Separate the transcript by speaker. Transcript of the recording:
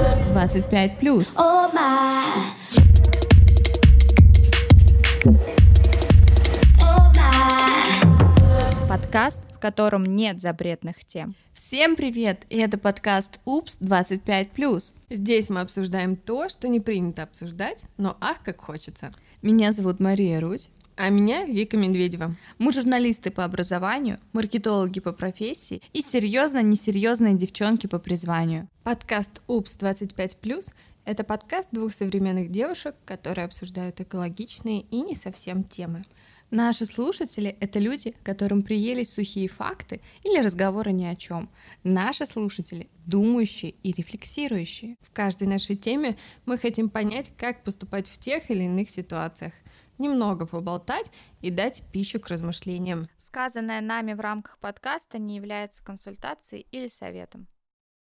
Speaker 1: 25 плюс.
Speaker 2: О май. О май.
Speaker 3: Подкаст, в котором нет запретных тем.
Speaker 1: Всем привет! И это подкаст Упс 25 плюс.
Speaker 4: Здесь мы обсуждаем то, что не принято обсуждать, но ах, как хочется.
Speaker 1: Меня зовут Мария Рудь.
Speaker 4: А меня Вика Медведева.
Speaker 1: Мы журналисты по образованию, маркетологи по профессии и серьезно-несерьезные девчонки по призванию.
Speaker 4: Подкаст «Упс 25+,» это подкаст двух современных девушек, которые обсуждают экологичные и не совсем темы.
Speaker 1: Наши слушатели — это люди, которым приелись сухие факты или разговоры ни о чем. Наши слушатели — думающие и рефлексирующие.
Speaker 4: В каждой нашей теме мы хотим понять, как поступать в тех или иных ситуациях, немного поболтать и дать пищу к размышлениям.
Speaker 3: Сказанное нами в рамках подкаста не является консультацией или советом.